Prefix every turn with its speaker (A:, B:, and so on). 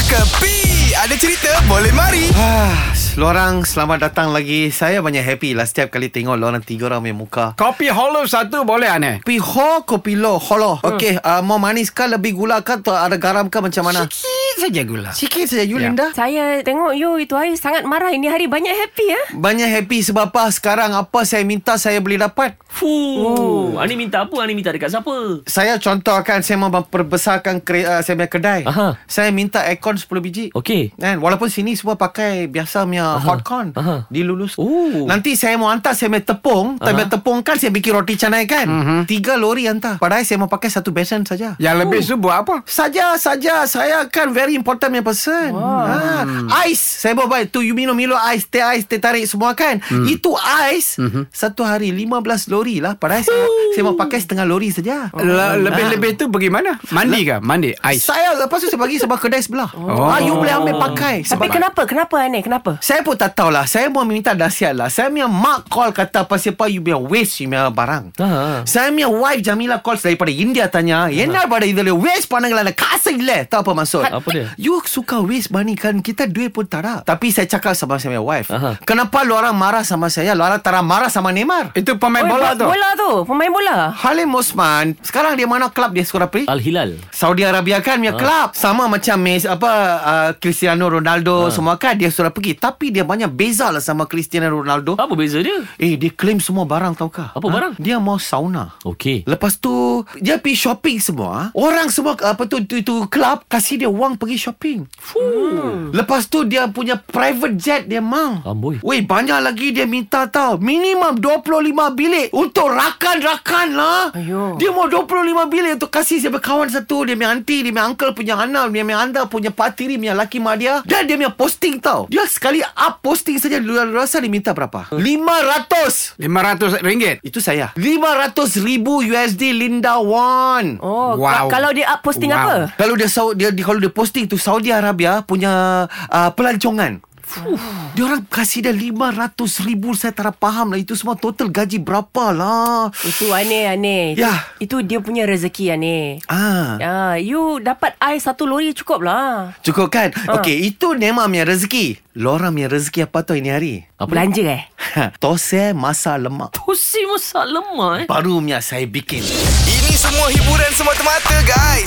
A: Kepi Ada cerita boleh mari
B: Ah, lorang selamat datang lagi. Saya banyak happy lah setiap kali tengok lorang tiga orang punya muka.
C: Kopi hollow satu boleh aneh.
B: Kopi ho, kopi lo, holo. Okey, uh, mau manis kah, lebih gula kah, atau ada garam kah macam mana?
C: Sikit saja gula.
B: Sikit saja, you
C: Ya.
B: Linda.
D: Saya tengok you itu hari sangat marah. Ini hari banyak happy ya.
B: Banyak happy sebab apa sekarang apa saya minta saya boleh dapat.
E: Fuh. Ani minta apa? Ani minta dekat siapa?
B: Saya contohkan saya mau memperbesarkan kre, uh, saya punya kedai.
E: Aha.
B: Saya minta aircon 10 biji.
E: Okey.
B: Kan walaupun sini semua pakai biasa punya Aha. hotcon
E: Aha.
B: dilulus.
E: Oh.
B: Nanti saya mau hantar saya punya tepung, saya punya tepung kan saya bikin roti canai kan. Tiga lori hantar. Padahal saya mau pakai satu besen saja.
C: Yang lebih tu buat apa?
B: Saja saja saya kan very important punya person. Ha. Ais saya bawa baik tu you minum milo ais teh ais teh tarik semua kan. Itu ais satu hari 15 lori lah. Padahal saya, saya mau pakai setengah lori saja.
C: Le- Lebih-lebih tu pergi mana? Mandi ke? Mandi ais.
B: Saya lepas tu saya bagi sebab kedai sebelah.
C: Oh.
B: Ah you boleh ambil pakai.
D: Tapi
B: Sebab
D: kenapa? Kenapa Aneh? Kenapa?
B: Saya pun tak tahulah Saya pun minta nasihat lah Saya punya mak call Kata pasal-pasal You punya waste You punya barang
E: Ha.
B: Saya punya wife Jamila calls Daripada India tanya என்ன pada இதில் waste பண்ணுங்களா காசு இல்ல Tahu apa maksud
E: Ha. Apa dia?
B: You suka waste money kan Kita duit pun tak ada Tapi saya cakap sama saya punya wife
E: Aha.
B: Kenapa lu orang marah sama saya Lu orang tak nak marah sama
E: Eh.
B: Neymar
C: Itu pemain
D: Oi,
C: bola
D: bo-
C: tu.
D: Bola tu. Pemain bola.
B: Halim Osman Sekarang dia mana klub dia sekolah pergi?
E: Al-Hilal.
B: Saudi Arabia kan
E: Ha.
B: punya club sama macam Messi apa uh, Cristiano
E: Ha.
B: Ronaldo semua kan dia sudah pergi tapi dia banyak beza lah sama Cristiano Ronaldo.
E: Apa beza dia?
B: Eh dia claim semua barang taukah?
E: Apa barang?
B: Dia mau sauna.
E: Okey.
B: Lepas tu dia pergi shopping semua. Orang semua apa tu tu, tu club kasih dia wang pergi shopping. Hmm. Lepas tu dia punya private jet dia mang.
E: Amboi.
B: Weh banyak lagi dia minta tau. Minimum 25 bilik untuk rakan-rakan lah.
D: Ayo.
B: Dia mau 25 bilik untuk kasih siapa kawan satu, dia punya aunty, dia punya uncle punya anak, dia punya anda punya patiri, punya laki mak dia. Dan dia punya posting tau. Dia sekali up posting saja luar rasa dia minta berapa? 500.
C: RM500. ringgit.
B: Itu saya 500 ribu USD Linda Wan oh.
D: Oh,
C: Wow.
D: wow. kalau dia up posting
C: Wow.
D: apa?
B: Kalau dia, Sau- dia dia- Kalau dia posting tu Saudi Arabia punya uh, Pelancongan Fuh. Dia orang kasih dia 500 ribu Saya tak faham lah Itu semua total gaji berapa lah
D: Itu Aneh Aneh.
B: Yah.
C: Ya.
D: Itu dia punya rezeki Aneh.
B: Ah,
D: Ya, you dapat ais satu lori cukup lah.
B: Cukup kan uh. Okay itu Nema punya rezeki Lorang punya rezeki apa tu ini hari Ha,
E: Apa?
D: Belanja eh?
B: Tose masa lemak
E: Pusi masak lemak eh.
B: Baru punya saya bikin
A: Ini semua hiburan semata-mata guys